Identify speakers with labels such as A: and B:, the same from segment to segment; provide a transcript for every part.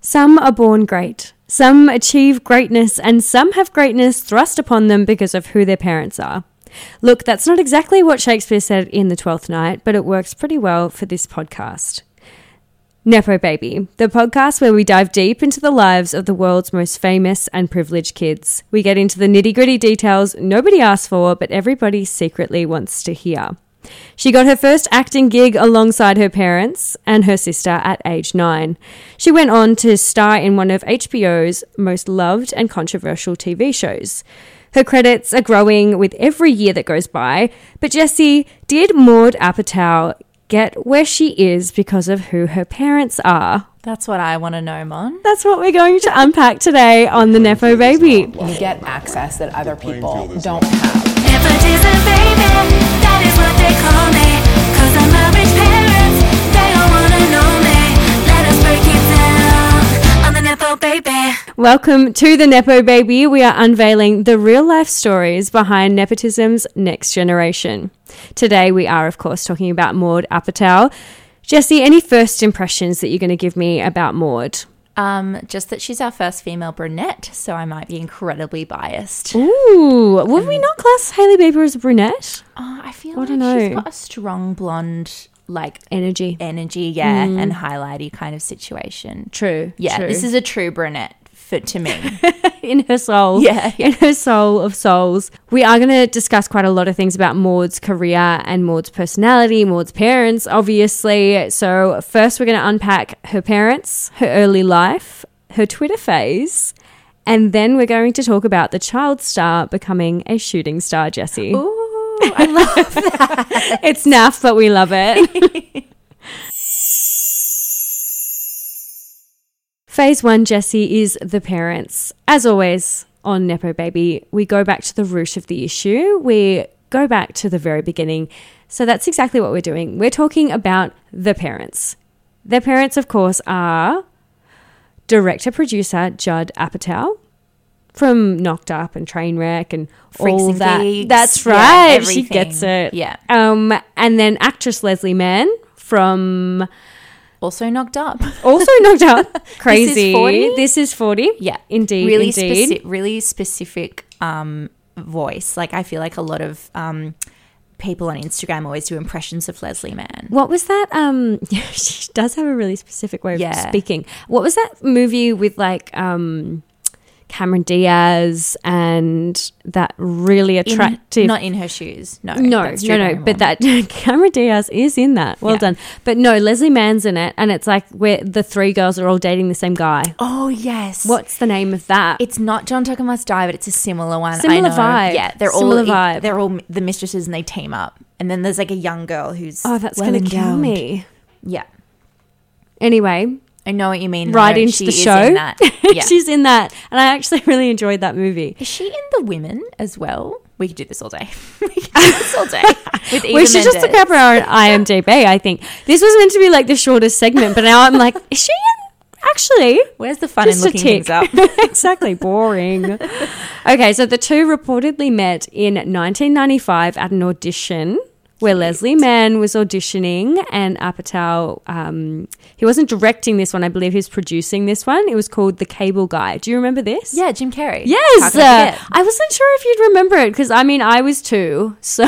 A: Some are born great, some achieve greatness, and some have greatness thrust upon them because of who their parents are. Look, that's not exactly what Shakespeare said in The Twelfth Night, but it works pretty well for this podcast. Nepo Baby, the podcast where we dive deep into the lives of the world's most famous and privileged kids. We get into the nitty gritty details nobody asks for, but everybody secretly wants to hear. She got her first acting gig alongside her parents and her sister at age nine. She went on to star in one of HBO's most loved and controversial TV shows. Her credits are growing with every year that goes by, but Jessie, did Maud Apatow get where she is because of who her parents are?
B: That's what I want to know, Mon.
A: That's what we're going to unpack today on the Nepo Baby.
C: You get access that other people don't have.
D: Baby.
A: Welcome to the Nepo Baby. We are unveiling the real life stories behind nepotism's next generation. Today, we are, of course, talking about Maud Apatow. Jesse, any first impressions that you're going to give me about Maud?
B: Um, just that she's our first female brunette, so I might be incredibly biased.
A: Ooh, would we not class Haley Bieber as a brunette?
B: Oh, I feel
A: I
B: like
A: don't
B: she's
A: know.
B: got a strong blonde, like
A: Energy.
B: energy, yeah, and highlighty kind of situation.
A: Mm. True.
B: Yeah,
A: true.
B: this is a true brunette for to me.
A: in her soul.
B: Yeah, yeah.
A: In her soul of souls. We are going to discuss quite a lot of things about Maud's career and Maud's personality, Maud's parents, obviously. So, first, we're going to unpack her parents, her early life, her Twitter phase. And then we're going to talk about the child star becoming a shooting star, Jessie.
B: Ooh, I love
A: It's naff, but we love it. Phase one, Jesse, is the parents. As always on Nepo Baby, we go back to the root of the issue. We go back to the very beginning. So that's exactly what we're doing. We're talking about the parents. Their parents, of course, are director producer Judd Apatow from Knocked Up and Trainwreck and
B: Freaks
A: all
B: and
A: that.
B: Geeks.
A: That's
B: Yeah,
A: right. she
B: everything.
A: gets it.
B: Yeah.
A: Um, and then actress Leslie Mann from
B: also knocked up.
A: also knocked out. Crazy.
B: 40?
A: This is 40.
B: Yeah,
A: Indeed.
B: Really
A: indeed.
B: specific, really specific um, voice. Like I feel like a lot of um, people on Instagram always do impressions of Leslie Mann.
A: What was that? Um, she does have a really specific way of
B: Yeah.
A: speaking. What was that movie with like um, Cameron Diaz and that really
B: In-
A: attractive?
B: not in her shoes. No,
A: no,
B: that's
A: no, no.
B: Drew
A: But
B: Barrymore.
A: that Cameron Diaz is in that. Well
B: Yeah.
A: done. But no, Leslie Mann's in it, and it's like where the three girls are all dating the same guy.
B: Oh yes.
A: What's the name of that?
B: It's not John Tucker Must Die, but it's a similar one.
A: Similar
B: I know.
A: vibe.
B: Yeah, they're
A: Similar
B: all
A: vibe.
B: They're all the mistresses, and they team up. And then there's like a young girl who's
A: oh, that's
B: well
A: gonna kill
B: endowed.
A: me.
B: Yeah,
A: Anyway,
B: I know what you mean.
A: right
B: though.
A: into
B: She
A: the
B: is
A: show.
B: in that. Yeah.
A: She's in that, and I actually really enjoyed that movie.
B: Is she in the women as well? We could do this all day. we could do this all day. With
A: we should just look up her on IMDb. I think this was meant to be like the shortest segment, but now I'm like, is she in? Actually,
B: Where's the fun
A: just
B: in looking
A: a tick.
B: things up?
A: exactly, boring. okay, so the two reportedly met in 1995 at an audition where Leslie Mann was auditioning and Apatow. Um, he wasn't directing this one, I believe he was producing this one. It was called The Cable Guy. Do you remember this?
B: Yeah, Jim Carrey. How
A: Yes,
B: could I
A: uh,
B: forget?
A: I wasn't sure if you'd remember it because I mean I was two, so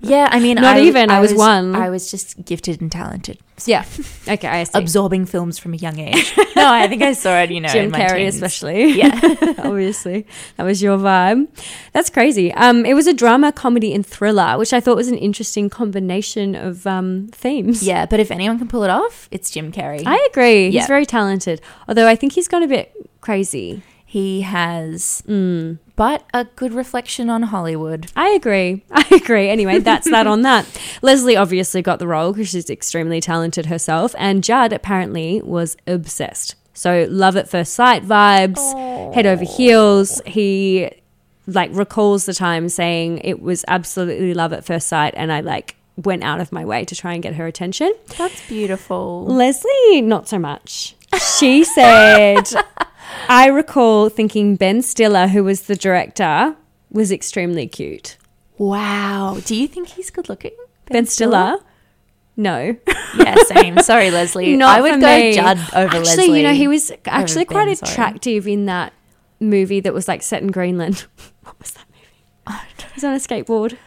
B: yeah, I mean,
A: Not
B: I,
A: even, I was one.
B: I was just gifted and talented,
A: yeah. Okay, I see.
B: absorbing films from a young age. no, I think I saw it. You know,
A: Jim
B: in my
A: Carrey,
B: teens.
A: especially.
B: Yeah.
A: obviously. That was your vibe. That's crazy. Um, it was a drama, comedy, and thriller, which I thought was an interesting combination of um, themes.
B: Yeah, but if anyone can pull it off, it's Jim Carrey.
A: I agree. He's
B: Yeah.
A: very talented. Although I think he's gone a bit crazy.
B: he has,
A: Mm.
B: but a good reflection on Hollywood.
A: I agree. I agree. Anyway, that's that on that. Leslie obviously got the role because she's extremely talented herself, and Judd apparently was obsessed. So love at first sight vibes, head over heels. He like recalls the time saying it was absolutely love at first sight, and I like went out of my way to try and get her attention.
B: That's beautiful.
A: Leslie, not so much. She said, I recall thinking Ben Stiller, who was the director, was extremely cute.
B: Wow. Do you think he's good looking?
A: Ben Stiller? No.
B: Yeah, same. Sorry, Leslie.
A: Not
B: I would
A: for
B: go
A: me.
B: Judd over
A: actually,
B: Leslie.
A: you know, he was actually
B: Ben,
A: quite
B: sorry.
A: attractive in that movie that was like set in Greenland. what was that movie? He's on a skateboard.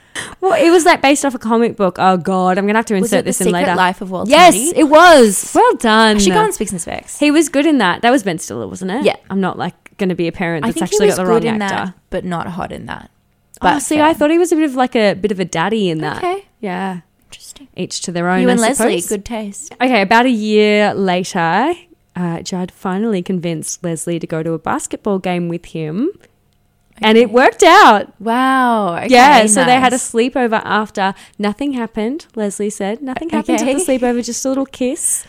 A: Well, it was like based off a comic book. Oh God, I'm gonna have to
B: Was
A: insert
B: it The
A: this in
B: Secret
A: later.
B: Life of Walter
A: yes,
B: Mitty?
A: it was. Well done.
B: Actually, go on Speaks and Specs.
A: He was good in that. That was Ben Stiller, wasn't it?
B: Yeah.
A: I'm not like going to be a parent
B: I
A: that's
B: think
A: actually
B: he was
A: got the wrong
B: good in
A: actor.
B: that, but not hot in that.
A: But
B: But
A: oh, see,
B: fair.
A: I thought he was a bit of like a bit of a daddy in that.
B: Okay.
A: Yeah.
B: Interesting.
A: Each to their own.
B: you and
A: I
B: Leslie,
A: suppose.
B: good taste.
A: Okay, about a year later, uh, Judd finally convinced Leslie to go to a basketball game with him, and it worked out.
B: Wow. okay,
A: yeah, so they had a
B: nice.
A: sleepover after. Nothing happened, Leslie said. Nothing happened at the
B: Okay.
A: sleepover, just a little kiss.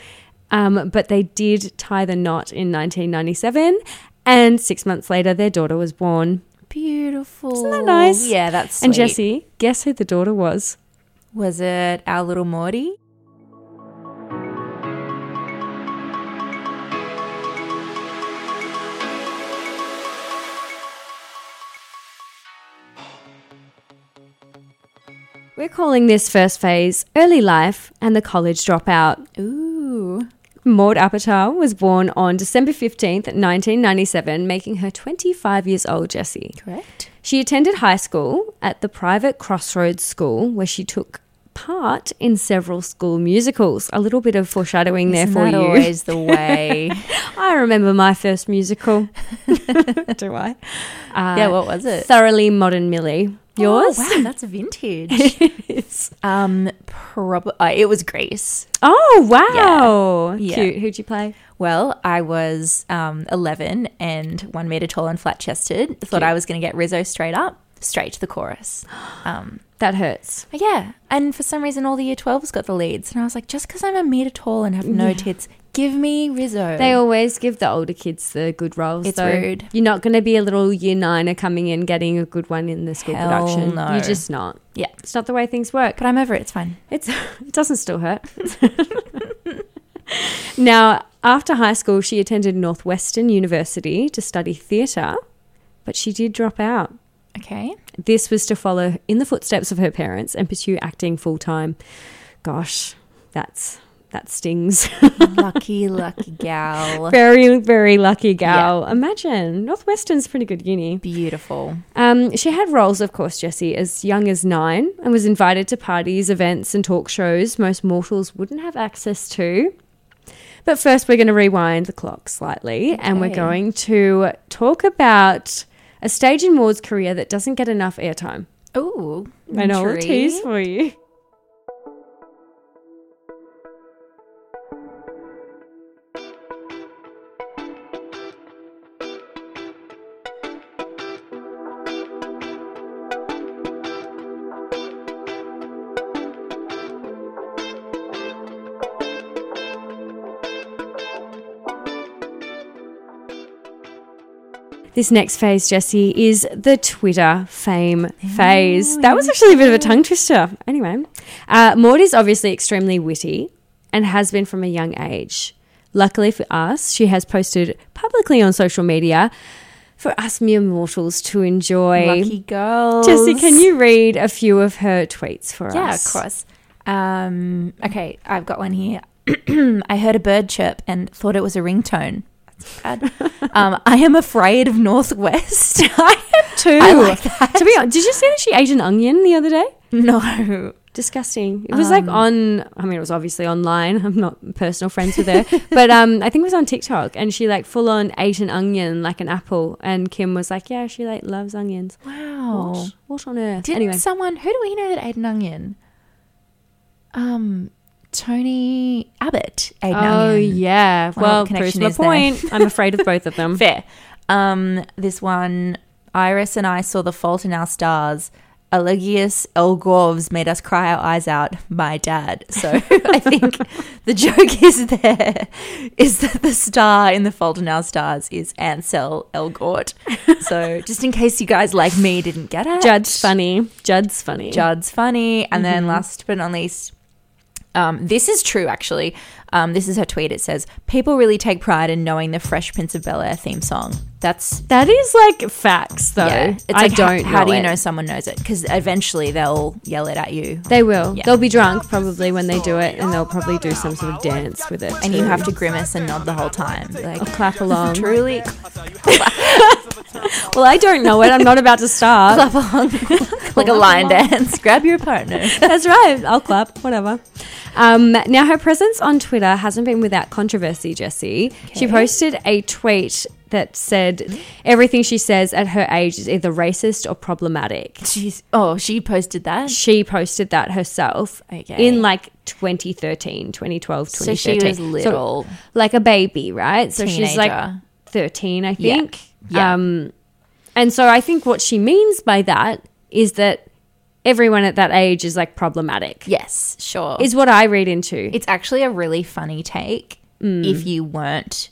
A: Um, but they did tie the knot in 1997, and six months later, their daughter was born.
B: beautiful.
A: Isn't that nice?
B: Yeah, that's sweet.
A: And Jesse, guess who the daughter was?
B: Was it our little Morty?
A: We're calling this first phase early life and the college dropout.
B: Ooh.
A: Maud Apatow was born on December 15th, 1997, making her 25 years old, Jessie.
B: Correct.
A: She attended high school at the private Crossroads School, where she took part in several school musicals. A little bit of foreshadowing there
B: Isn't
A: for
B: that
A: you.
B: always the way.
A: I remember my first musical. Do I? Uh,
B: yeah, what was it?
A: Thoroughly Modern Millie. Yours?
B: Oh, wow, that's vintage. um, prob- uh, it was Grace.
A: Oh, wow.
B: Yeah.
A: Cute. Who'd you play?
B: Well, I was um, 11 and one meter tall and flat chested. Thought I was going to get Rizzo straight up, straight to the chorus. Um,
A: That hurts.
B: but yeah, and for some reason, all the year 12s got the leads. And I was like, just because I'm a meter tall and have no tits, give me Rizzo.
A: They always give the older kids the good roles.
B: It's
A: though.
B: rude.
A: You're not going to be a little year niner coming in getting a good one in the school
B: Hell
A: production.
B: no.
A: You're just not.
B: Yeah.
A: It's not the way things work.
B: But I'm over it. It's fine.
A: It's, it doesn't still hurt. now, after high school, she attended Northwestern University to study theatre, but she did drop out.
B: Okay.
A: This was to follow in the footsteps of her parents and pursue acting full time. Gosh, that's that stings.
B: lucky, lucky gal.
A: very, very lucky gal. Imagine Northwestern's pretty good uni.
B: Beautiful.
A: Um, she had roles, of course, Jessie, as young as nine, and was invited to parties, events, and talk shows most mortals wouldn't have access to. But first, we're going to rewind the clock slightly, and we're
B: Okay.
A: going to talk about a stage in Maud's career that doesn't get enough airtime.
B: Ooh.
A: I know a tease
B: intrigued.
A: for you. This next phase, Jesse, is the Twitter fame phase. That was actually a bit of a tongue twister. Anyway, uh, Maud is obviously extremely witty and has been from a young age. Luckily for us, she has posted publicly on social media for us mere mortals to enjoy.
B: Lucky girl.
A: Jesse, can you read a few of her tweets for
B: Yeah, of
A: us?
B: course. Um, okay, I've got one here. I heard a bird chirp and thought it was a ringtone. That's bad. um, I am afraid of Northwest. I am
A: Two.
B: I like that.
A: To be honest, did you see that she ate an onion the other day?
B: No.
A: disgusting. It was like
B: Um.
A: on. I mean, it was obviously online. I'm not personal friends with her, but um, I think it was on TikTok, and she like full on ate an onion like an apple, and Kim was like, "Yeah, she like loves onions."
B: Wow.
A: What? What on earth?
B: Didn't
A: anyway,
B: someone who do we know that ate an onion? Um, Tony Abbott ate an
A: oh
B: onion.
A: yeah.
B: Well,
A: Well, proves
B: connection
A: my
B: is there.
A: point. I'm afraid of both of them.
B: Fair. Um, this one, Iris and I saw the fault in our stars. Elegius Elgorves made us cry our eyes out. My dad. So I think the joke is there is that the star in the fault in our stars is Ansel Elgort. So just in case you guys like me didn't get it,
A: Judd's funny. Judd's funny.
B: Judd's funny. And then last but not least, um, this is true actually. Um, this is her tweet. It says, People really take pride in knowing the Fresh Prince of Bel Air theme song. That's.
A: That is like facts, though.
B: yeah. It's
A: I
B: like, ho-
A: don't.
B: How, do you
A: it.
B: know someone knows it? Because eventually they'll yell it at you.
A: They will.
B: Yeah.
A: They'll be drunk probably when they do it, and they'll probably do some sort of dance with it.
B: And you
A: too.
B: have to grimace and nod the whole time. Be Like,
A: clap along.
B: Truly,
A: Well, I don't know it. I'm not about to start.
B: clap along. like a line dance. Grab your partner.
A: That's right. I'll clap. Whatever. Um, now, her presence on Twitter hasn't been without controversy, Jessie. She posted a tweet that said everything she says at her age is either racist or problematic.
B: She's, oh, she posted that.
A: She posted that herself
B: Okay.
A: in like 2013, 2012,
B: So she
A: 2013.
B: was
A: So
B: little.
A: like a baby, right? So she's like
B: Teenager.
A: 13, I
B: Yeah.
A: think.
B: Yeah.
A: Um, and so I think what she means by that is that everyone at that age is like problematic,
B: yes, sure.
A: is what I read into.
B: It's actually a really funny take if you weren't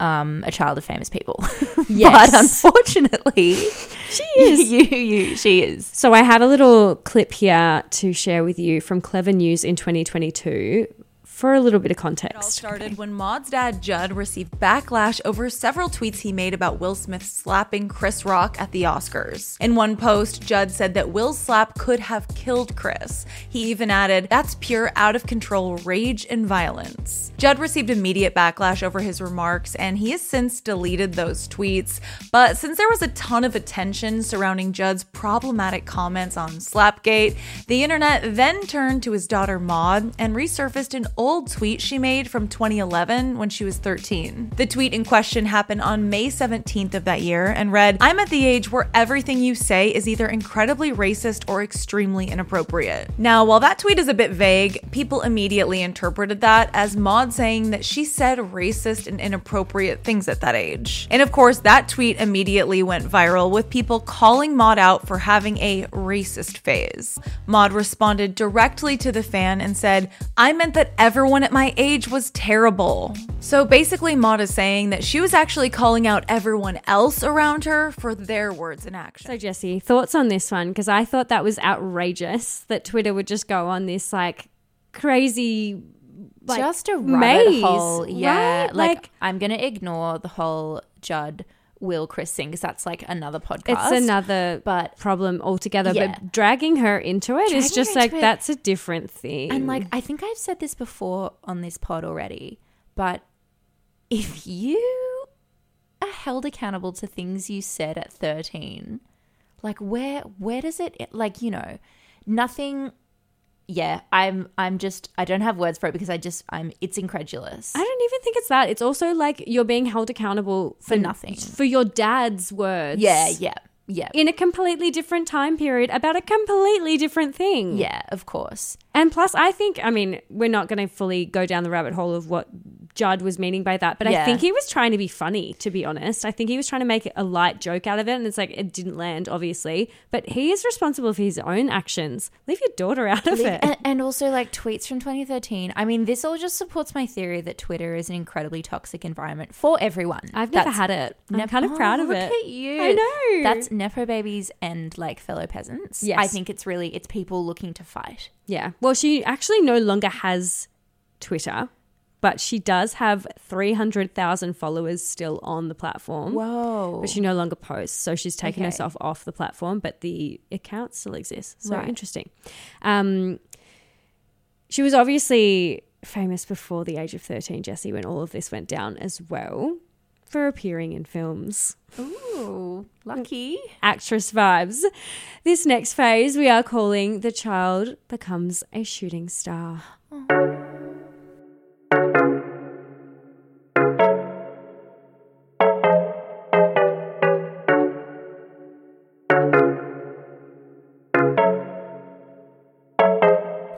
B: um, a child of famous people.
A: Yes.
B: but unfortunately, she is. You, you, she is.
A: So I have a little clip here to share with you from Clever News in 2022 for a little bit of
D: all
A: context.
D: started when Maud's dad Judd received backlash over several tweets he made about Will Smith slapping Chris Rock at the Oscars. In one post, Judd said that Will's slap could have killed Chris. He even added, "That's pure out of control rage and violence." Judd received immediate backlash over his remarks and he has since deleted those tweets, but since there was a ton of attention surrounding Judd's problematic comments on Slapgate, the internet then turned to his daughter Maud and resurfaced an old tweet she made from 2011 when she was 13. The tweet in question happened on May 17th of that year and read, I'm at the age where everything you say is either incredibly racist or extremely inappropriate. Now, while that tweet is a bit vague, people immediately interpreted that as Maud saying that she said racist and inappropriate things at that age. And of course, that tweet immediately went viral with people calling Maud out for having a racist phase. Maud responded directly to the fan and said, I meant that everyone at my age was terrible. So basically, Maud is saying that she was actually calling out everyone else around her for their words and actions.
A: So, Jesse, thoughts on this one? Because I thought that was outrageous that Twitter would just go on this like crazy. Like,
B: Just a rabbit
A: maze,
B: hole. Yeah.
A: right?
B: Like,
A: Like,
B: I'm going to ignore the whole Judd Will Chris thing because that's like another podcast.
A: it's another
B: but-
A: problem altogether.
B: Yeah.
A: But dragging her into it is
B: Dragging her
A: just like
B: into it-
A: that's a different thing.
B: And like I think I've said this before on this pod already, but if you are held accountable to things you said at 13, like where where does it like you know, nothing yeah, I'm I'm just I don't have words for it because I just I'm it's incredulous.
A: I don't even think it's that. It's also like you're being held accountable for,
B: nothing.
A: for your dad's words.
B: yeah, yeah. Yeah.
A: in a completely different time period about a completely different thing.
B: yeah, of course.
A: And plus, I think, I mean, we're not going to fully go down the rabbit hole of what Judd was meaning by that, but I
B: Yeah.
A: think he was trying to be funny, to be honest. I think he was trying to make a light joke out of it, and it's like it didn't land, obviously. But he is responsible for his own actions. Leave your daughter out of it.
B: And, and also like tweets from 2013. I mean, this all just supports my theory that Twitter is an incredibly toxic environment for everyone.
A: I've never
B: That's-
A: had it. I'm
B: Nep-
A: kind of
B: Oh,
A: proud of
B: look
A: it.
B: At you.
A: I know.
B: That's nepo babies and like fellow peasants. I
A: Yes.
B: think it's really it's people looking to fight.
A: Yeah. Well, she actually no longer has Twitter, but she does have 300,000 followers still on the platform.
B: Whoa.
A: But she no longer posts. So she's taken
B: Okay.
A: herself off the platform, but the account still exists. So
B: Right.
A: interesting. Um, she was obviously famous before the age of 13, Jessie, when all of this went down as well for appearing in films
B: Ooh, lucky.
A: actress vibes. This next phase we are calling The Child Becomes a Shooting Star.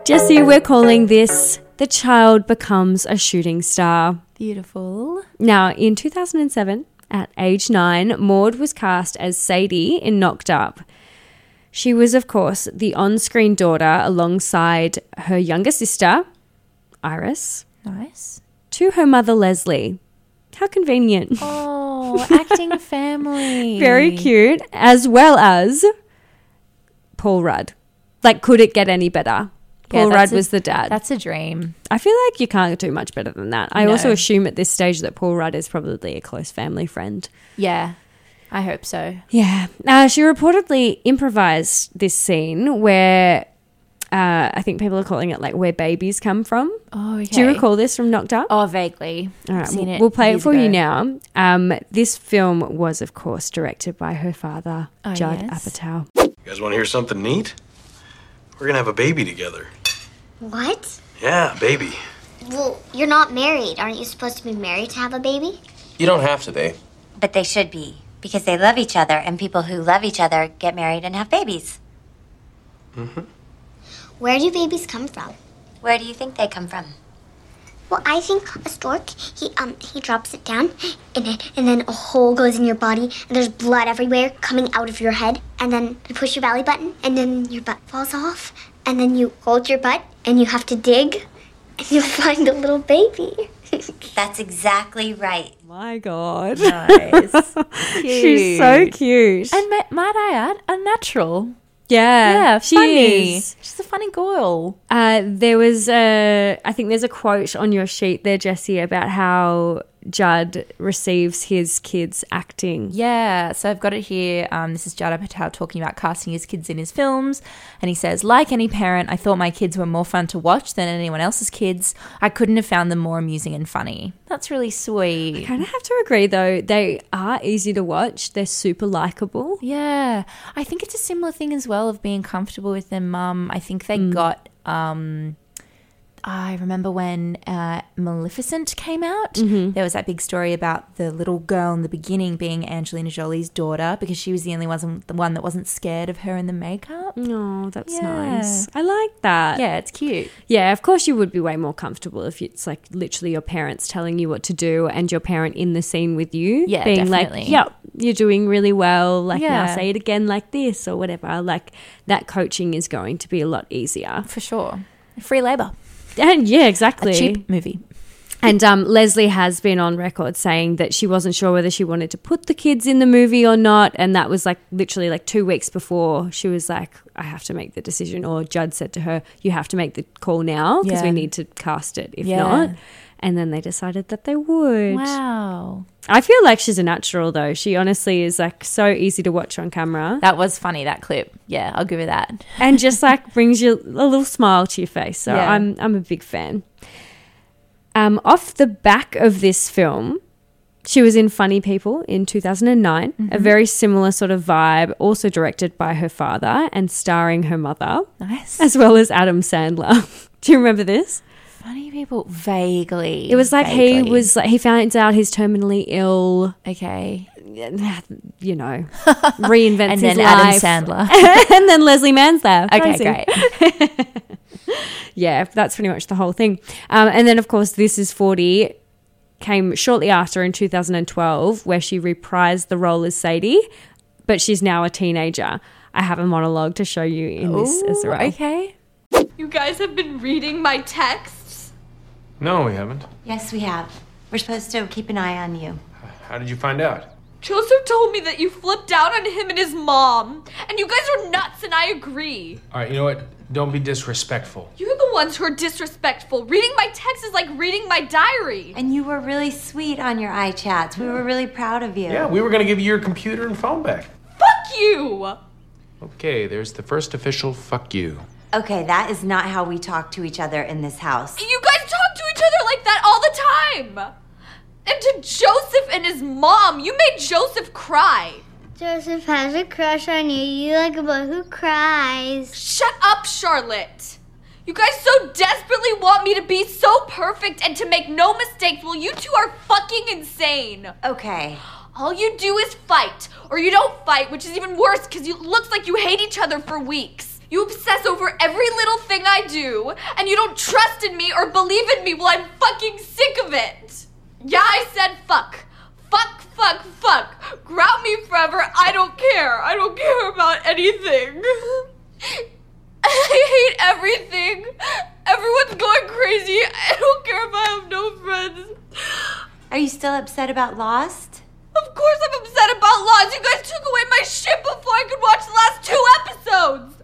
A: Jesse, we're calling this The Child Becomes a Shooting Star.
B: Beautiful.
A: Now, in 2007, at age nine, Maud was cast as Sadie in Knocked Up. She was, of course, the on screen daughter alongside her younger sister, Iris,
B: Nice.
A: to her mother, Leslie. How convenient.
B: Oh, acting family.
A: Very cute. As well as Paul Rudd. Like, could it get any better? Paul
B: that's
A: Rudd
B: a-
A: was the dad.
B: That's a dream.
A: I feel like you can't do much better than that. I
B: No.
A: also assume at this stage that Paul Rudd is probably a close family friend.
B: Yeah. I hope so.
A: Yeah. Uh, she reportedly improvised this scene where uh, I think people are calling it like where babies come from.
B: Oh, okay.
A: Do you recall this from Knocked Up?
B: Oh, vaguely.
A: All
B: I've
A: right,
B: seen
A: we'll,
B: it
A: we'll play it
B: years
A: for you
B: ago.
A: now. Um, this film was, of course, directed by her father,
B: Oh,
A: Judd
B: yes.
A: Apatow.
E: You guys want to hear something neat? We're gonna have a baby together.
F: What?
E: Yeah, baby.
F: Well, you're not married. Aren't you supposed to be married to have a baby?
G: You don't have to be.
H: But they should be, because they love each other, and people who love each other get married and have babies.
F: Where do babies come from?
H: Where do you think they come from?
F: Well, I think a stork, he um he drops it down and then, and then a hole goes in your body and there's blood everywhere coming out of your head and then you push your belly button and then your butt falls off and then you hold your butt and you have to dig and you find a little baby.
H: That's exactly right.
A: My God.
B: Nice.
A: She's so cute.
B: And ma- might I add, unnatural.
A: yeah,
B: Yeah,
A: she
B: funny.
A: is.
B: She's a funny girl.
A: Uh, there was a, I think there's a quote on your sheet there, Jesse, about how Judd receives his kids acting.
B: Yeah, so I've got it here. Um, this is Jada Patel talking about casting his kids in his films. And he says, Like any parent, I thought my kids were more fun to watch than anyone else's kids. I couldn't have found them more amusing and funny. That's really sweet.
A: Kind of have to agree though; they are easy to watch. They're super likable.
B: Yeah, I think it's a similar thing as well of being comfortable with their mum. I think they
A: Mm.
B: got. Um, I remember when uh, Maleficent came out.
A: Mm-hmm.
B: There was that big story about the little girl in the beginning being Angelina Jolie's daughter because she was the only one, the one that wasn't scared of her in the makeup.
A: Oh, that's
B: Yeah.
A: nice. I like that.
B: Yeah, it's cute.
A: Yeah, of course you would be way more comfortable if it's like literally your parents telling you what to do and your parent in the scene with you.
B: Yeah,
A: being like,
B: definitely.
A: yep, you're doing really well. Like now
B: Yeah.
A: say it again like this or whatever. Like that coaching is going to be a lot easier.
B: For sure. Free labor.
A: And yeah,
B: A
A: exactly.
B: cheap movie.
A: And um, Leslie has been on record saying that she wasn't sure whether she wanted to put the kids in the movie or not. And that was like literally like two weeks before she was like, I have to make the decision. Or Judd said to her, You have to make the call now because we
B: Yeah.
A: need to cast it if
B: Yeah.
A: not. And then they decided that they would.
B: Wow.
A: I feel like she's a natural though. She honestly is like so easy to watch on camera
B: That was funny, that clip. Yeah, I'll give her that.
A: and just like brings you a little smile to your face. So
B: Yeah.
A: I'm I'm a big fan. Um, off the back of this film, she was in Funny People in 2009, a very similar sort of vibe, also directed by her father and starring her mother,
B: Nice.
A: as well as Adam Sandler. Do you remember this?
B: Funny people. Vaguely.
A: It was like he
B: Vaguely.
A: was like he finds out he's terminally ill,
B: Okay.
A: you know, reinvents
B: And
A: his
B: then
A: life,
B: Adam Sandler.
A: and then Leslie Mann's there.
B: Okay,
A: Crazy.
B: great.
A: yeah, that's pretty much the whole thing. Um, and then, of course, This Is 40 came shortly after in 2012, where she reprised the role as Sadie, but she's now a teenager. I have a monologue to show you in this as well.
B: Oh, Okay.
I: You guys have been reading my texts?
E: No, we haven't.
H: Yes, we have. We're supposed to keep an eye on you.
E: How did you find out?
I: Joseph told me that you flipped out on him and his mom. And you guys are nuts, and I agree.
E: All right, you know what? Don't be disrespectful.
I: You're the ones who are disrespectful. Reading my texts is like reading my diary.
H: And you were really sweet on your iChats. We were really proud of you.
E: Yeah, we were gonna give you your computer and phone back.
I: Fuck you!
E: Okay, there's the first official fuck you.
H: Okay, that is not how we talk to each other in this house.
I: You guys talk to each other like that all the time! And to Joseph and his mom, you made Joseph cry.
F: Joseph has a crush on you. You like a boy who cries.
I: Shut up, Charlotte! You guys so desperately want me to be so perfect and to make no mistakes. Well, you two are fucking insane.
H: Okay.
I: All you do is fight, or you don't fight, which is even worse because you looks like you hate each other for weeks. You obsess over every little thing I do, and you don't trust in me or believe in me. Well, I'm fucking sick of it. Yeah, I said fuck. Fuck, fuck, fuck. Grout me forever. I don't care. I don't care about anything. I hate everything. Everyone's going crazy. I don't care if I have no friends.
H: Are you still upset about Lost?
I: Of course I'm upset about Laws. You guys took away my shit before I could watch the last two episodes.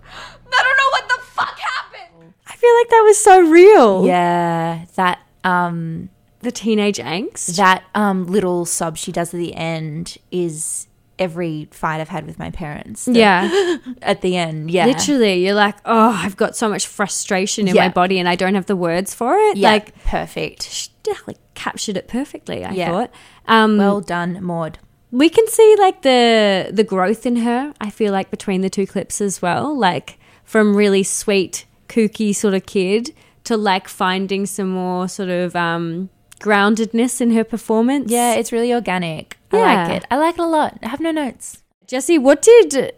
I: I don't know what the fuck happened.
B: I
A: feel like that was so real.
B: Yeah, that um
A: The teenage angst.
B: that um little sob she does at the end is every fight I've had with my parents.
A: yeah.
B: At the end, yeah.
A: Literally, you're like, oh, I've got so much frustration in my
B: Yeah.
A: body and I don't have the words for it.
B: Yeah,
A: Like,
B: perfect.
A: she definitely captured it perfectly, I
B: Yeah.
A: thought. Um,
B: Well done, Maud.
A: we can see like the the growth in her i feel like between the two clips as well like from really sweet kooky sort of kid to like finding some more sort of um groundedness in her performance
B: Yeah, it's really organic. I
A: Yeah.
B: like it. I like it a lot. I have no notes.
A: jesse what did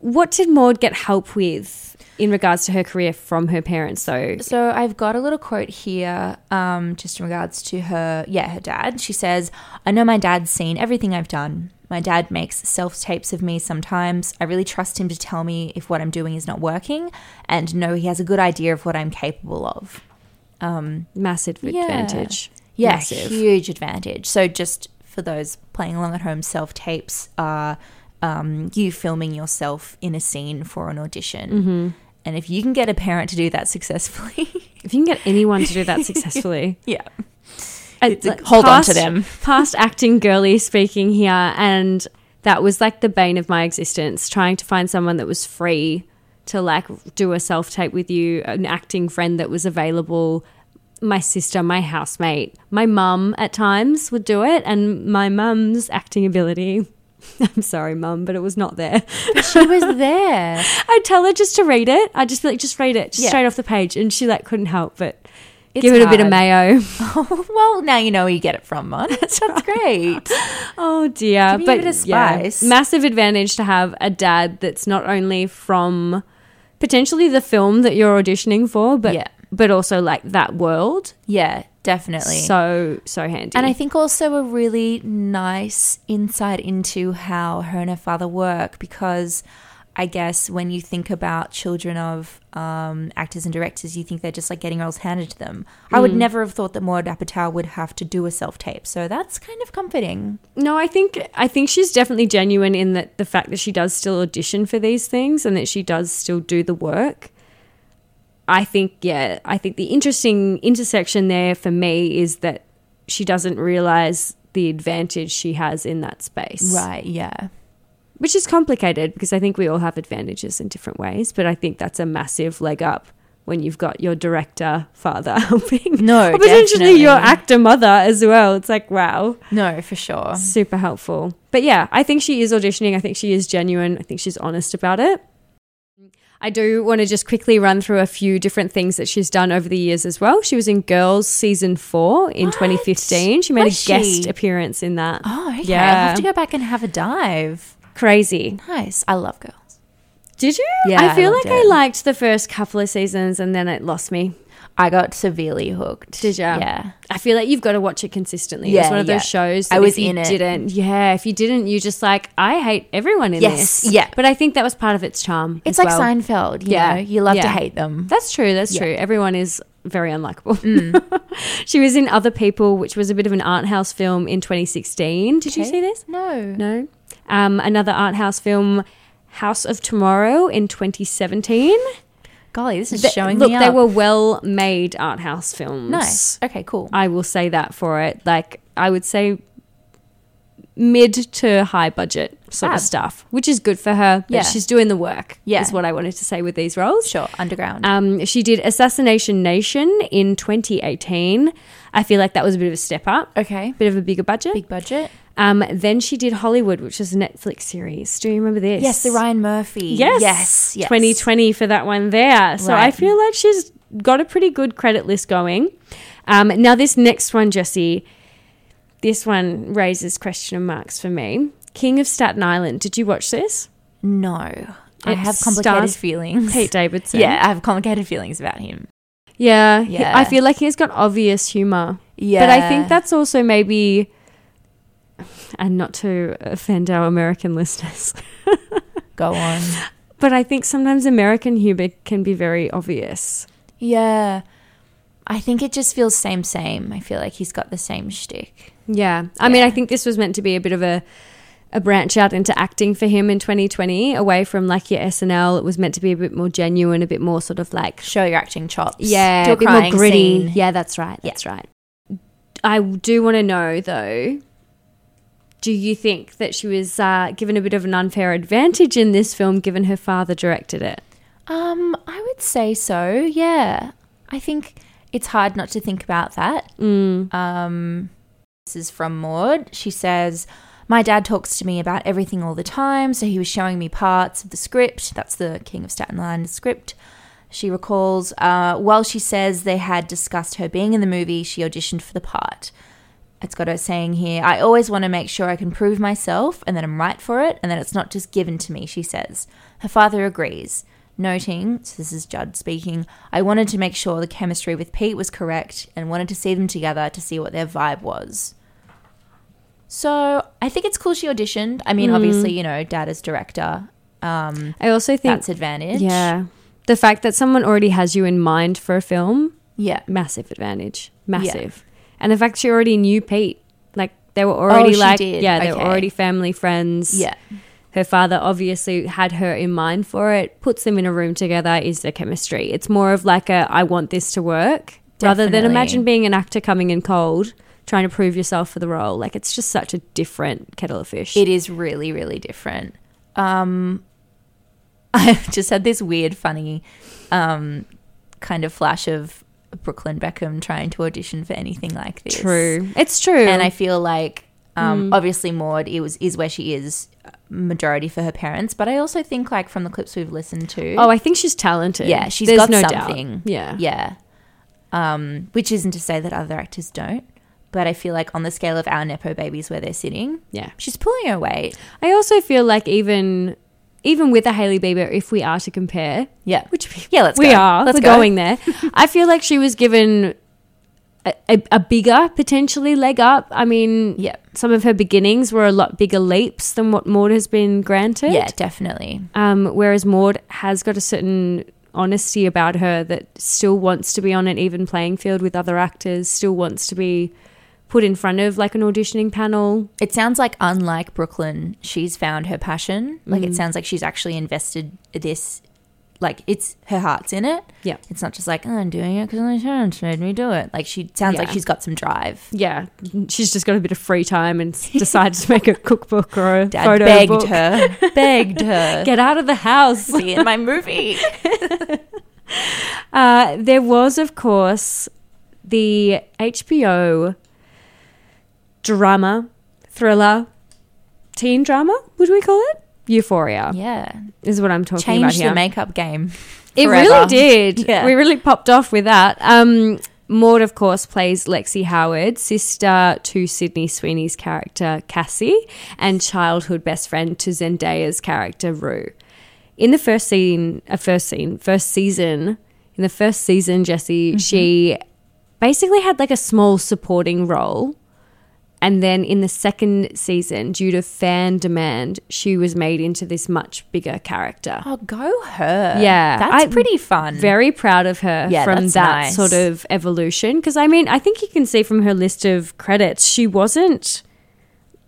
A: what did maud get help with in regards to her career from her parents though
B: So I've got a little quote here, um, just in regards to her, yeah, her dad. She says, "I know my dad's seen everything I've done. My dad makes self tapes of me sometimes. I really trust him to tell me if what I'm doing is not working, and know he has a good idea of what I'm capable of.
A: massive advantage
B: Yeah,
A: Massive.
B: huge advantage. So just for those playing along at home, self tapes are um, you filming yourself in a scene for an audition."
A: Mm-hmm.
B: And if you can get a parent to do that successfully,
A: if you can get anyone to do that successfully
B: yeah.
A: And,
B: It's like, hold on
A: past-
B: to them.
A: past acting girly speaking here, and that was like the bane of my existence, trying to find someone that was free to like do a self tape with you, an acting friend that was available. My sister, my housemate, my mum at times would do it, and my mum's acting ability. I'm sorry, mum, but it was not there.
B: She was there.
A: I'd tell her just to read it. I'd just be like, just read it, just
B: Yeah.
A: straight off the page. And she like couldn't help but give it a bit of
B: hard.
A: mayo.
B: well, now you know where you get it from, Mon. That's, great.
A: Oh dear,
B: me a
A: but
B: bit of
A: yeah,
B: spice.
A: massive advantage to have a dad that's not only from potentially the film that you're auditioning for, but
B: Yeah.
A: but also like that world.
B: yeah, definitely.
A: So so handy.
B: and I think also a really nice insight into how her and her father work because I guess when you think about children of um, actors and directors, you think they're just like getting roles handed to them. I would never have thought that Maud Apatow would have to do a self tape. So that's kind of comforting.
A: no, I think I think she's definitely genuine in that the fact that she does still audition for these things and that she does still do the work. I think yeah, I think the interesting intersection there for me is that she doesn't realize the advantage she has in that space.
B: Right, yeah.
A: which is complicated because I think we all have advantages in different ways, but I think that's a massive leg up when you've got your director father helping.
B: No,
A: or potentially your
B: definitely.
A: actor mother as well. It's like wow,
B: No, for sure.
A: super helpful. But yeah, I think she is auditioning. I think she is genuine. I think she's honest about it. I do want to just quickly run through a few different things that she's done over the years as well. She was in Girls season four in 2015. She made
B: Was
A: a guest
B: she?
A: appearance in that.
B: Oh, okay.
A: Yeah.
B: I'll have to go back and have a dive.
A: Crazy.
B: Nice. I love girls.
A: Did you?
B: Yeah,
A: I feel
B: I
A: like
B: loved
A: I
B: it.
A: liked the first couple of seasons and then it lost me.
B: I got severely hooked.
A: Did you?
B: Yeah.
A: I feel like you've got to watch it consistently. it's
B: Yeah,
A: one of
B: yeah.
A: those shows.
B: I
A: that
B: was
A: if you
B: in it.
A: Didn't. Yeah. If you didn't, you just like I hate everyone in
B: Yes,
A: this.
B: yeah.
A: But I think that was part of its charm.
B: It's
A: as
B: like
A: well.
B: Seinfeld. You
A: Yeah.
B: know, you love to
A: Yeah.
B: hate them.
A: That's true. That's true. Everyone is very unlikable.
B: Mm.
A: she was in Other People, which was a bit of an art house film in 2016. Did you see this?
B: No.
A: No. Um, another art house film, House of Tomorrow, in 2017.
B: Golly, this is
A: Th-
B: showing
A: look
B: me
A: they
B: up.
A: were well made art house films
B: nice. Okay, cool.
A: i will say that for it like i would say mid to high budget sort
B: Fab.
A: of stuff which is good for her but
B: Yeah.
A: she's doing the work
B: Yeah.
A: is what i wanted to say with these roles
B: sure. Underground.
A: um, she did assassination nation in 2018 i feel like that was a bit of a step up
B: okay.
A: bit of a bigger budget
B: Big budget.
A: um, then she did hollywood which is a netflix series do you remember this
B: Yes, the Ryan Murphy.
A: Yes.
B: Yes. yes.
A: 2020 for that one there. So I
B: Right.
A: feel like she's got a pretty good credit list going. Um, now, this next one, Jesse, this one raises question marks for me. King of Staten Island. Did you watch this?
B: No. I
A: It
B: have complicated
A: stars
B: feelings.
A: Pete Davidson.
B: Yeah, I have complicated feelings about him.
A: Yeah. he-
B: Yeah.
A: I feel like he's got obvious humor.
B: Yeah.
A: But I think that's also maybe, and not to offend our American listeners,
B: Go on.
A: but I think sometimes American humor can be very obvious.
B: Yeah. I think it just feels same, same. I feel like he's got the same shtick.
A: Yeah. I mean, I think this was meant to be a bit of a a branch out into acting for him in 2020, away from like your SNL. It was meant to be a bit more genuine, a bit more sort of like
B: Show your acting chops.
A: yeah,
B: Do a,
A: a bit more
B: crying
A: gritty.
B: scene.
A: Yeah, that's right. That's right. I do want to know though. Do you think that she was uh, given a bit of an unfair advantage in this film, given her father directed it?
B: Um, I would say so. Yeah, I think it's hard not to think about that. Um, this is from Maud. She says, "My dad talks to me about everything all the time, so he was showing me parts of the script. That's the King of Staten Island script." She recalls, uh, while she says they had discussed her being in the movie, she auditioned for the part. It's got her saying here, I always want to make sure I can prove myself and that I'm right for it and that it's not just given to me, she says. Her father agrees, noting, so this is Judd speaking, I wanted to make sure the chemistry with Pete was correct and wanted to see them together to see what their vibe was. So I think it's cool she auditioned. I mean, obviously, you know, dad is director. Um,
A: Mm. I also think
B: that's advantage.
A: yeah, the fact that someone already has you in mind for a film
B: Yeah.
A: massive advantage, massive. And the fact she already knew Pete, like they were
B: Oh,
A: already
B: she
A: like
B: did.
A: yeah, they were
B: Okay.
A: already family friends.
B: Yeah.
A: her father obviously had her in mind for it. Puts them in a room together. Is their chemistry? It's more of like a I want this to work rather than
B: Definitely.
A: imagine being an actor coming in cold trying to prove yourself for the role. Like it's just such a different kettle of fish.
B: It is really, really different. Um, I just had this weird, funny um, kind of flash of Brooklyn Beckham trying to audition for anything like this.
A: true. Mm. It's true.
B: And I feel like, um, obviously, Maud it was, is where she is uh, majority for her parents. But I also think, like, from the clips we've listened to,
A: oh, I think she's talented.
B: yeah, she's
A: There's
B: got
A: no doubt.
B: something.
A: Yeah,
B: Yeah. Um, which isn't to say that other actors don't. But I feel like on the scale of our Nepo babies where they're sitting,
A: yeah.
B: she's pulling her weight.
A: I also feel like even even with a Hailey Bieber, if we are to compare,
B: Yeah.
A: which we,
B: Yeah, let's
A: we
B: go.
A: are,
B: Let's
A: we're
B: go.
A: going there. I feel like she was given a, a, a bigger potentially leg up. I mean,
B: Yeah.
A: some of her beginnings were a lot bigger leaps than what Maud has been granted.
B: Yeah, definitely.
A: Um, whereas Maud has got a certain honesty about her that still wants to be on an even playing field with other actors, still wants to be put in front of like an auditioning panel.
B: It sounds like, unlike Brooklyn, she's found her passion. Like,
A: Mm.
B: it sounds like she's actually invested this, like, it's her heart's in it.
A: Yeah.
B: It's not just like, oh, I'm doing it because my parents made me do it. Like, she sounds like
A: Yeah.
B: she's got some drive.
A: yeah, she's just got a bit of free time and s- decided to make a cookbook or a
B: Dad
A: photo
B: begged
A: book.
B: her, begged her,
A: Get out of the house.
B: be in my movie.
A: Uh, there was, of course, the HBO drama, thriller, teen drama. Would we call it Euphoria?
B: Yeah.
A: Is what I'm talking about
B: Changed
A: here.
B: the makeup game.
A: It
B: forever.
A: really did.
B: Yeah.
A: We really popped off with that. Um, Maud, of course, plays Lexi Howard, sister to Sydney Sweeney's character Cassie, and childhood best friend to Zendaya's character Rue. In the first scene, uh, first scene, first season, in the first season, Jessie,
B: Mm-hmm.
A: she basically had like a small supporting role. And then in the second season, due to fan demand, she was made into this much bigger character.
B: Oh, go her.
A: Yeah,
B: That's
A: I-
B: pretty fun.
A: Very proud of her
B: Yeah,
A: from
B: that's
A: that
B: nice.
A: sort of evolution. Because I mean, I think you can see from her list of credits, she wasn't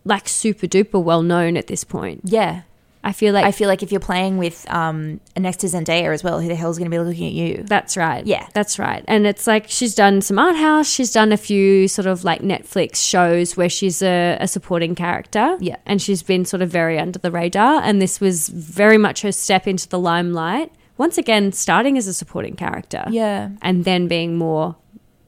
A: like super duper well known at this point.
B: yeah.
A: I feel like
B: I feel like if you're playing with um, next to Zendaya as well, who the hell's going to be looking at you?
A: that's right.
B: Yeah.
A: that's right. And it's like she's done some art house. She's done a few sort of like Netflix shows where she's a, a supporting character.
B: Yeah.
A: and she's been sort of very under the radar. And this was very much her step into the limelight. Once again, starting as a supporting character.
B: Yeah.
A: and then being more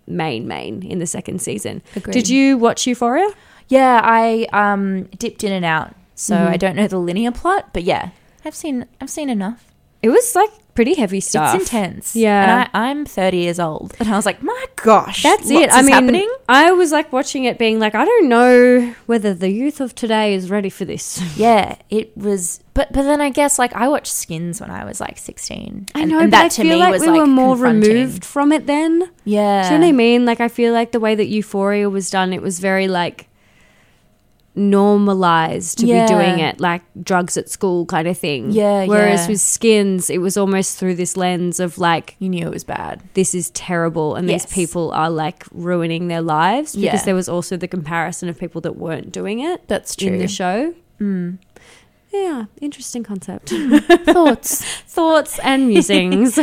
A: main main in the second season.
B: Agreed.
A: Did you watch Euphoria?
B: Yeah, I um dipped in and out, so
A: Mm-hmm.
B: I don't know the linear plot, but yeah, I've seen I've seen enough.
A: It was like pretty heavy stuff.
B: It's intense.
A: Yeah.
B: and I, I'm 30 years old, and I was like, my gosh,
A: That's
B: lots
A: it. I
B: is
A: mean,
B: happening.
A: I was like watching it, being like, I don't know whether the youth of today is ready for this.
B: Yeah, it was. But but then I guess like I watched Skins when I was like 16.
A: I know, but I feel like we were more
B: confronting. Uh.
A: removed from it then.
B: Yeah,
A: Do you know what I mean? Like, I feel like the way that Euphoria was done, it was very like normalized to
B: Yeah.
A: be doing it, like drugs at school kind of thing.
B: Yeah,
A: Whereas
B: yeah.
A: with Skins, it was almost through this lens of like
B: you knew it was bad.
A: this is terrible and
B: Yes.
A: these people are like ruining their lives because
B: Yeah.
A: there was also the comparison of people that weren't doing it
B: That's
A: in the
B: true. Hmm.
A: show Yeah, interesting concept.
B: Thoughts?
A: Thoughts and musings.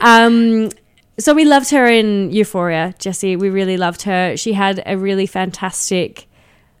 A: um, so we loved her in Euphoria, Jesse. We really loved her. She had a really fantastic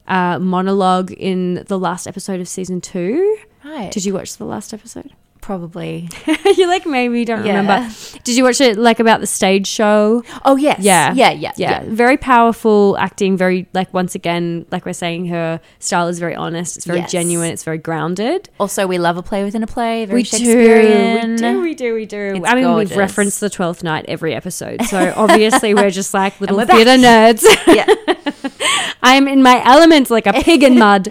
A: uh, monologue in the last episode of season two.
B: Right.
A: Did you watch the last episode?
B: Probably.
A: you like maybe you don't remember. Did you watch it like about the stage show?
B: Oh yes.
A: Yeah.
B: Yeah. Yeah.
A: yeah. Very powerful acting, very like once again, like we're saying, her style is very honest, it's very
B: Yes.
A: genuine, it's very grounded.
B: Also, we love a play within a play. Very
A: We do.
B: Shakespearean.
A: We do, we do, we do.
B: It's
A: I mean,
B: gorgeous.
A: we've referenced the Twelfth Night every episode, so obviously we're just like little
B: we're back.
A: theatre nerds.
B: Yeah.
A: I'm in my element like a pig in mud.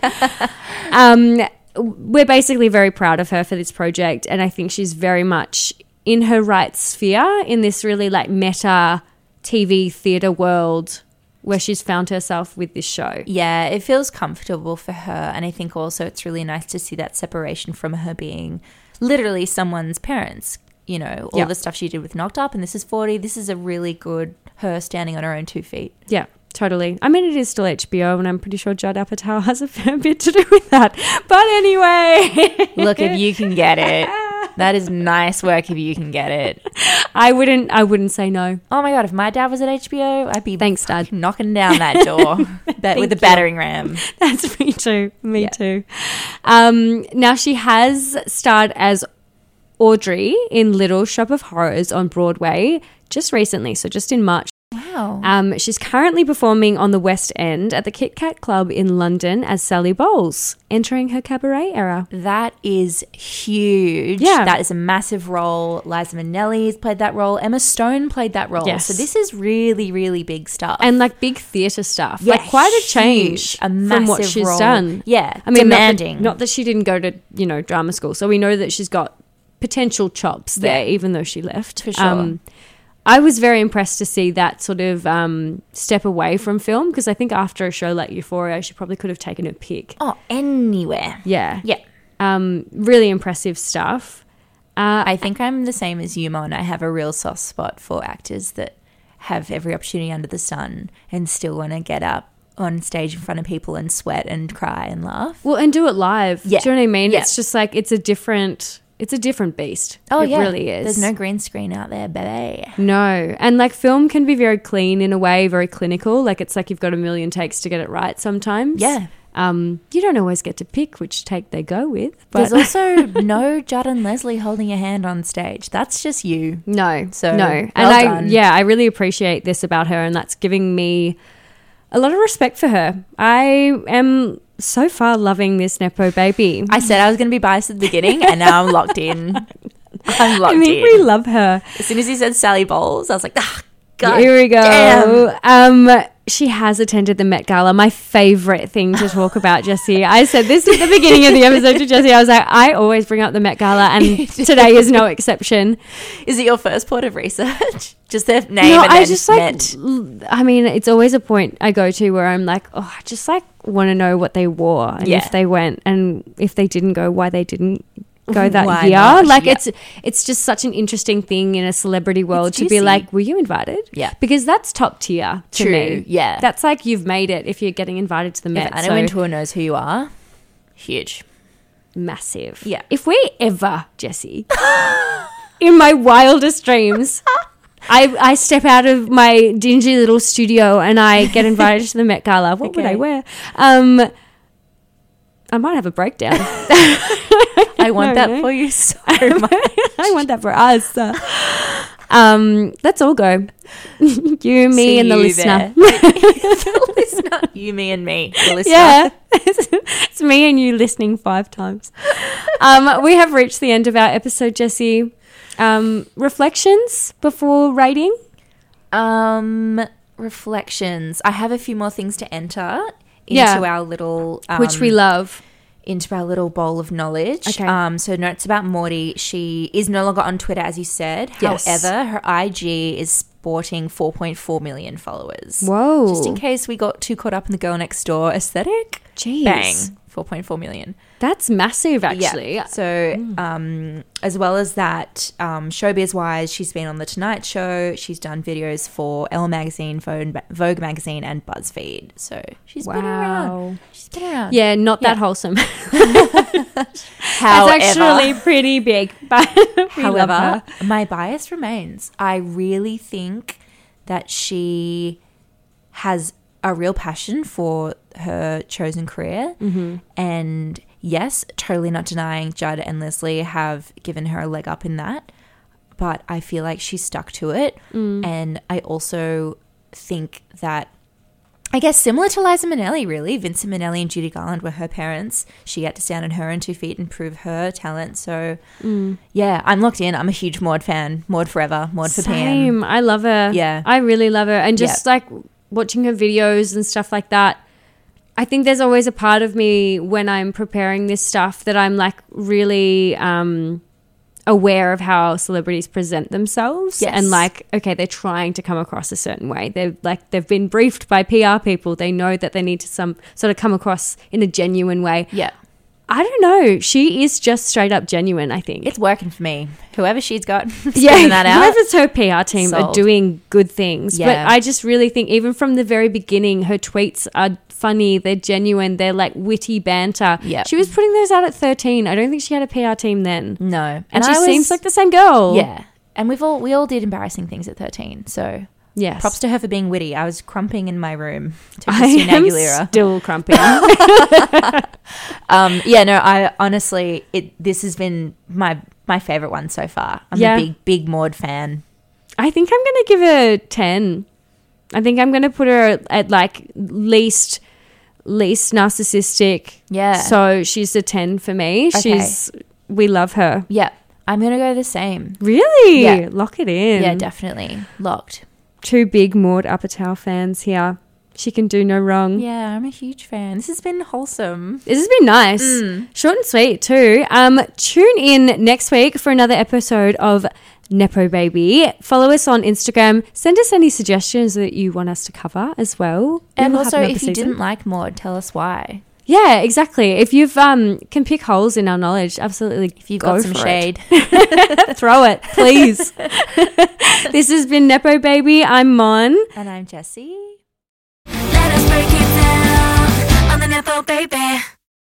A: um, we're basically very proud of her for this project, and I think she's very much in her right sphere in this really like meta TV theatre world where she's found herself with this show.
B: Yeah, it feels comfortable for her. And I think also it's really nice to see that separation from her being literally someone's parents. You know, all
A: Yeah.
B: the stuff she did with Knocked Up and This Is 40. This is a really good her standing on her own two feet.
A: Yeah, totally. I mean, it is still HBO, and I'm pretty sure Judd Apatow has a fair bit to do with that. But anyway,
B: Look, if you can get it. That is nice work if you can get it.
A: I wouldn't. I wouldn't say no.
B: Oh my god, if my dad was at HBO, I'd be
A: Thanks, Dad.
B: fucking knocking down that door that, with a battering ram.
A: That's me too. Me too. Um, now she has starred as Audrey in Little Shop of Horrors on Broadway just recently. So just in March.
B: Wow.
A: Um, she's currently performing on the West End at the Kit Kat Club in London as Sally Bowles, entering her cabaret era.
B: That is huge.
A: Yeah.
B: That is a massive role. Liza Minnelli's played that role. Emma Stone played that role.
A: Yes.
B: So this is really, really big stuff.
A: and like big theatre stuff.
B: Yeah,
A: like quite a
B: huge.
A: change
B: A
A: from what
B: massive
A: she's
B: role.
A: done.
B: Yeah,
A: I mean, not that- Not
B: demanding.
A: that, she didn't go to you know drama school, so we know that she's got potential chops there, even though she left Um,
B: For sure.
A: I was very impressed to see that sort of um, step away from film because I think after a show like Euphoria, she probably could have taken a pick.
B: oh, anywhere.
A: Yeah,
B: Yeah.
A: um, really impressive stuff.
B: I think I'm the same as you, Mon. I have a real soft spot for actors that have every opportunity under the sun and still want to get up on stage in front of people and sweat and cry and laugh.
A: Well, and do it live.
B: Yeah.
A: Do you know what I mean?
B: Yeah.
A: It's just like it's a different. It's a different beast. it really is.
B: Oh, There's no green screen out there, baby.
A: No. And like film can be very clean in a way, very clinical. Like it's like you've got a million takes to get it right sometimes.
B: Yeah.
A: Um, you don't always get to pick which take they go with. But
B: There's also no Judd and Leslie holding your hand on stage. That's just you.
A: no.
B: So,
A: no.
B: well
A: And I
B: done.
A: yeah, I really appreciate this about her and that's giving me a lot of respect for her. I am so far loving this Nepo baby.
B: I said I was going to be biased at the beginning, and now I'm locked in. I'm locked
A: I think
B: in.
A: we love her.
B: as soon as he said Sally Bowles, I was like, ah, God.
A: Here we go.
B: damn.
A: Um, she has attended the Met Gala. My favorite thing to talk about, Jesse. I said this at the beginning of the episode to Jesse. I was like, I always bring up the Met Gala, and today is no exception.
B: Is it your first port of research? just their name
A: no,
B: and
A: I
B: then
A: just like.
B: Met.
A: l- I mean, it's always a point I go to where I'm like, oh, I just like want to know what they wore and
B: Yeah.
A: if they went and if they didn't go, why they didn't go that
B: Why
A: year.
B: not?
A: Like
B: Yeah.
A: it's it's just such an interesting thing in a celebrity world to
B: juicy.
A: be like, were you invited?
B: Yeah.
A: because that's top tier to
B: True,
A: me.
B: yeah.
A: that's like you've made it if you're getting invited to the
B: If
A: Met.
B: Anna
A: so
B: Wintour knows who you are, huge.
A: massive.
B: Yeah.
A: if we ever, Jesse, in my wildest dreams. I, I step out of my dingy little studio and I get invited to the Met Gala. What would I
B: Okay.
A: wear? Um, I might have a breakdown.
B: I want that
A: no.
B: for you so much.
A: I want that for us. Uh, Um, let's all go. you, me,
B: See
A: and the
B: you
A: listener.
B: there. the listener. You, me, and me. The listener.
A: Yeah. it's me and you listening five times. Um, we have reached the end of our episode, Jesse. Um, reflections before rating?
B: Um, reflections. I have a few more things to enter into
A: Yeah.
B: our little, um,
A: Which we love.
B: into our little bowl of knowledge.
A: Okay.
B: Um, so notes about Morty. She is no longer on Twitter, as you said.
A: Yes.
B: However, her IG is sporting 4.4 million followers.
A: Whoa.
B: Just in case we got too caught up in the girl next door aesthetic.
A: Jeez.
B: Bang. 4.4 million.
A: That's massive, actually. Mm.
B: Yeah. So, um, as well as that, um, showbiz wise, she's been on The Tonight Show. She's done videos for Elle Magazine, Vogue, Vogue Magazine, and BuzzFeed. So she's been
A: Wow.
B: around. She's been around.
A: Yeah, not that wholesome.
B: However,
A: It's actually pretty big, but we love her.
B: however, my bias remains. I really think that she has a real passion for her chosen career.
A: Mm-hmm.
B: And yes, totally not denying Judd and Leslie have given her a leg up in that. But I feel like she stuck to it.
A: Mm.
B: And I also think that I guess similar to Liza Minnelli, really. Vincent Minnelli and Judy Garland were her parents. She had to stand on her own two feet and prove her talent. So,
A: Mm.
B: yeah, I'm locked in. I'm a huge Maud fan. Maud forever. Maud for Pan.
A: Same. I love her.
B: Yeah.
A: I really love her. And just
B: Yeah.
A: like watching her videos and stuff like that. I think there's always a part of me when I'm preparing this stuff that I'm like really um, aware of how celebrities present themselves
B: Yes.
A: and like okay they're trying to come across a certain way they're like they've been briefed by PR people they know that they need to some sort of come across in a genuine way
B: Yeah.
A: I don't know she is just straight up genuine I think
B: It's working for me. Whoever she's got, yeah, that out.
A: Whoever's her PR team are
B: Sold.
A: doing good things.
B: Yeah.
A: But I just really think, even from the very beginning, her tweets are funny. They're genuine. They're like witty banter.
B: Yep.
A: She was putting those out at 13. I don't think she had a PR team then.
B: no,
A: And, she
B: I was-
A: seems like the same girl.
B: yeah. And we've all we all did embarrassing things at 13. So
A: Yes.
B: props to her for being witty. I was crumping in my room to
A: I
B: Christina
A: am
B: Aguilera.
A: still crumping.
B: Um, yeah, no, I honestly, it this has been my my favorite one so far. I'm
A: Yeah.
B: a big big Maud fan.
A: I think I'm going to give her 10. I think I'm going to put her at like least least narcissistic.
B: Yeah.
A: So she's a 10 for me. She's we love her.
B: Yeah, I'm gonna go the same. Mm.
A: Really?
B: Yeah.
A: Lock it in.
B: Yeah, definitely locked.
A: Two big Maud Apatow fans here. She can do no wrong.
B: Yeah, I'm a huge fan. This has been wholesome.
A: This has been nice.
B: Mm.
A: Short and sweet, too. Um, tune in next week for another episode of Nepo Baby. Follow us on Instagram. Send us any suggestions that you want us to cover as well. We
B: And
A: will have
B: also,
A: another
B: if you
A: season.
B: didn't like Maud, tell us why.
A: Yeah, exactly. If you've um can pick holes in our knowledge, absolutely. If
B: If you've got some shade,
A: throw it, please. this has been Nepo Baby. I'm Mon.
B: and I'm Jessie.
G: Let us break it down on the Nepo Baby.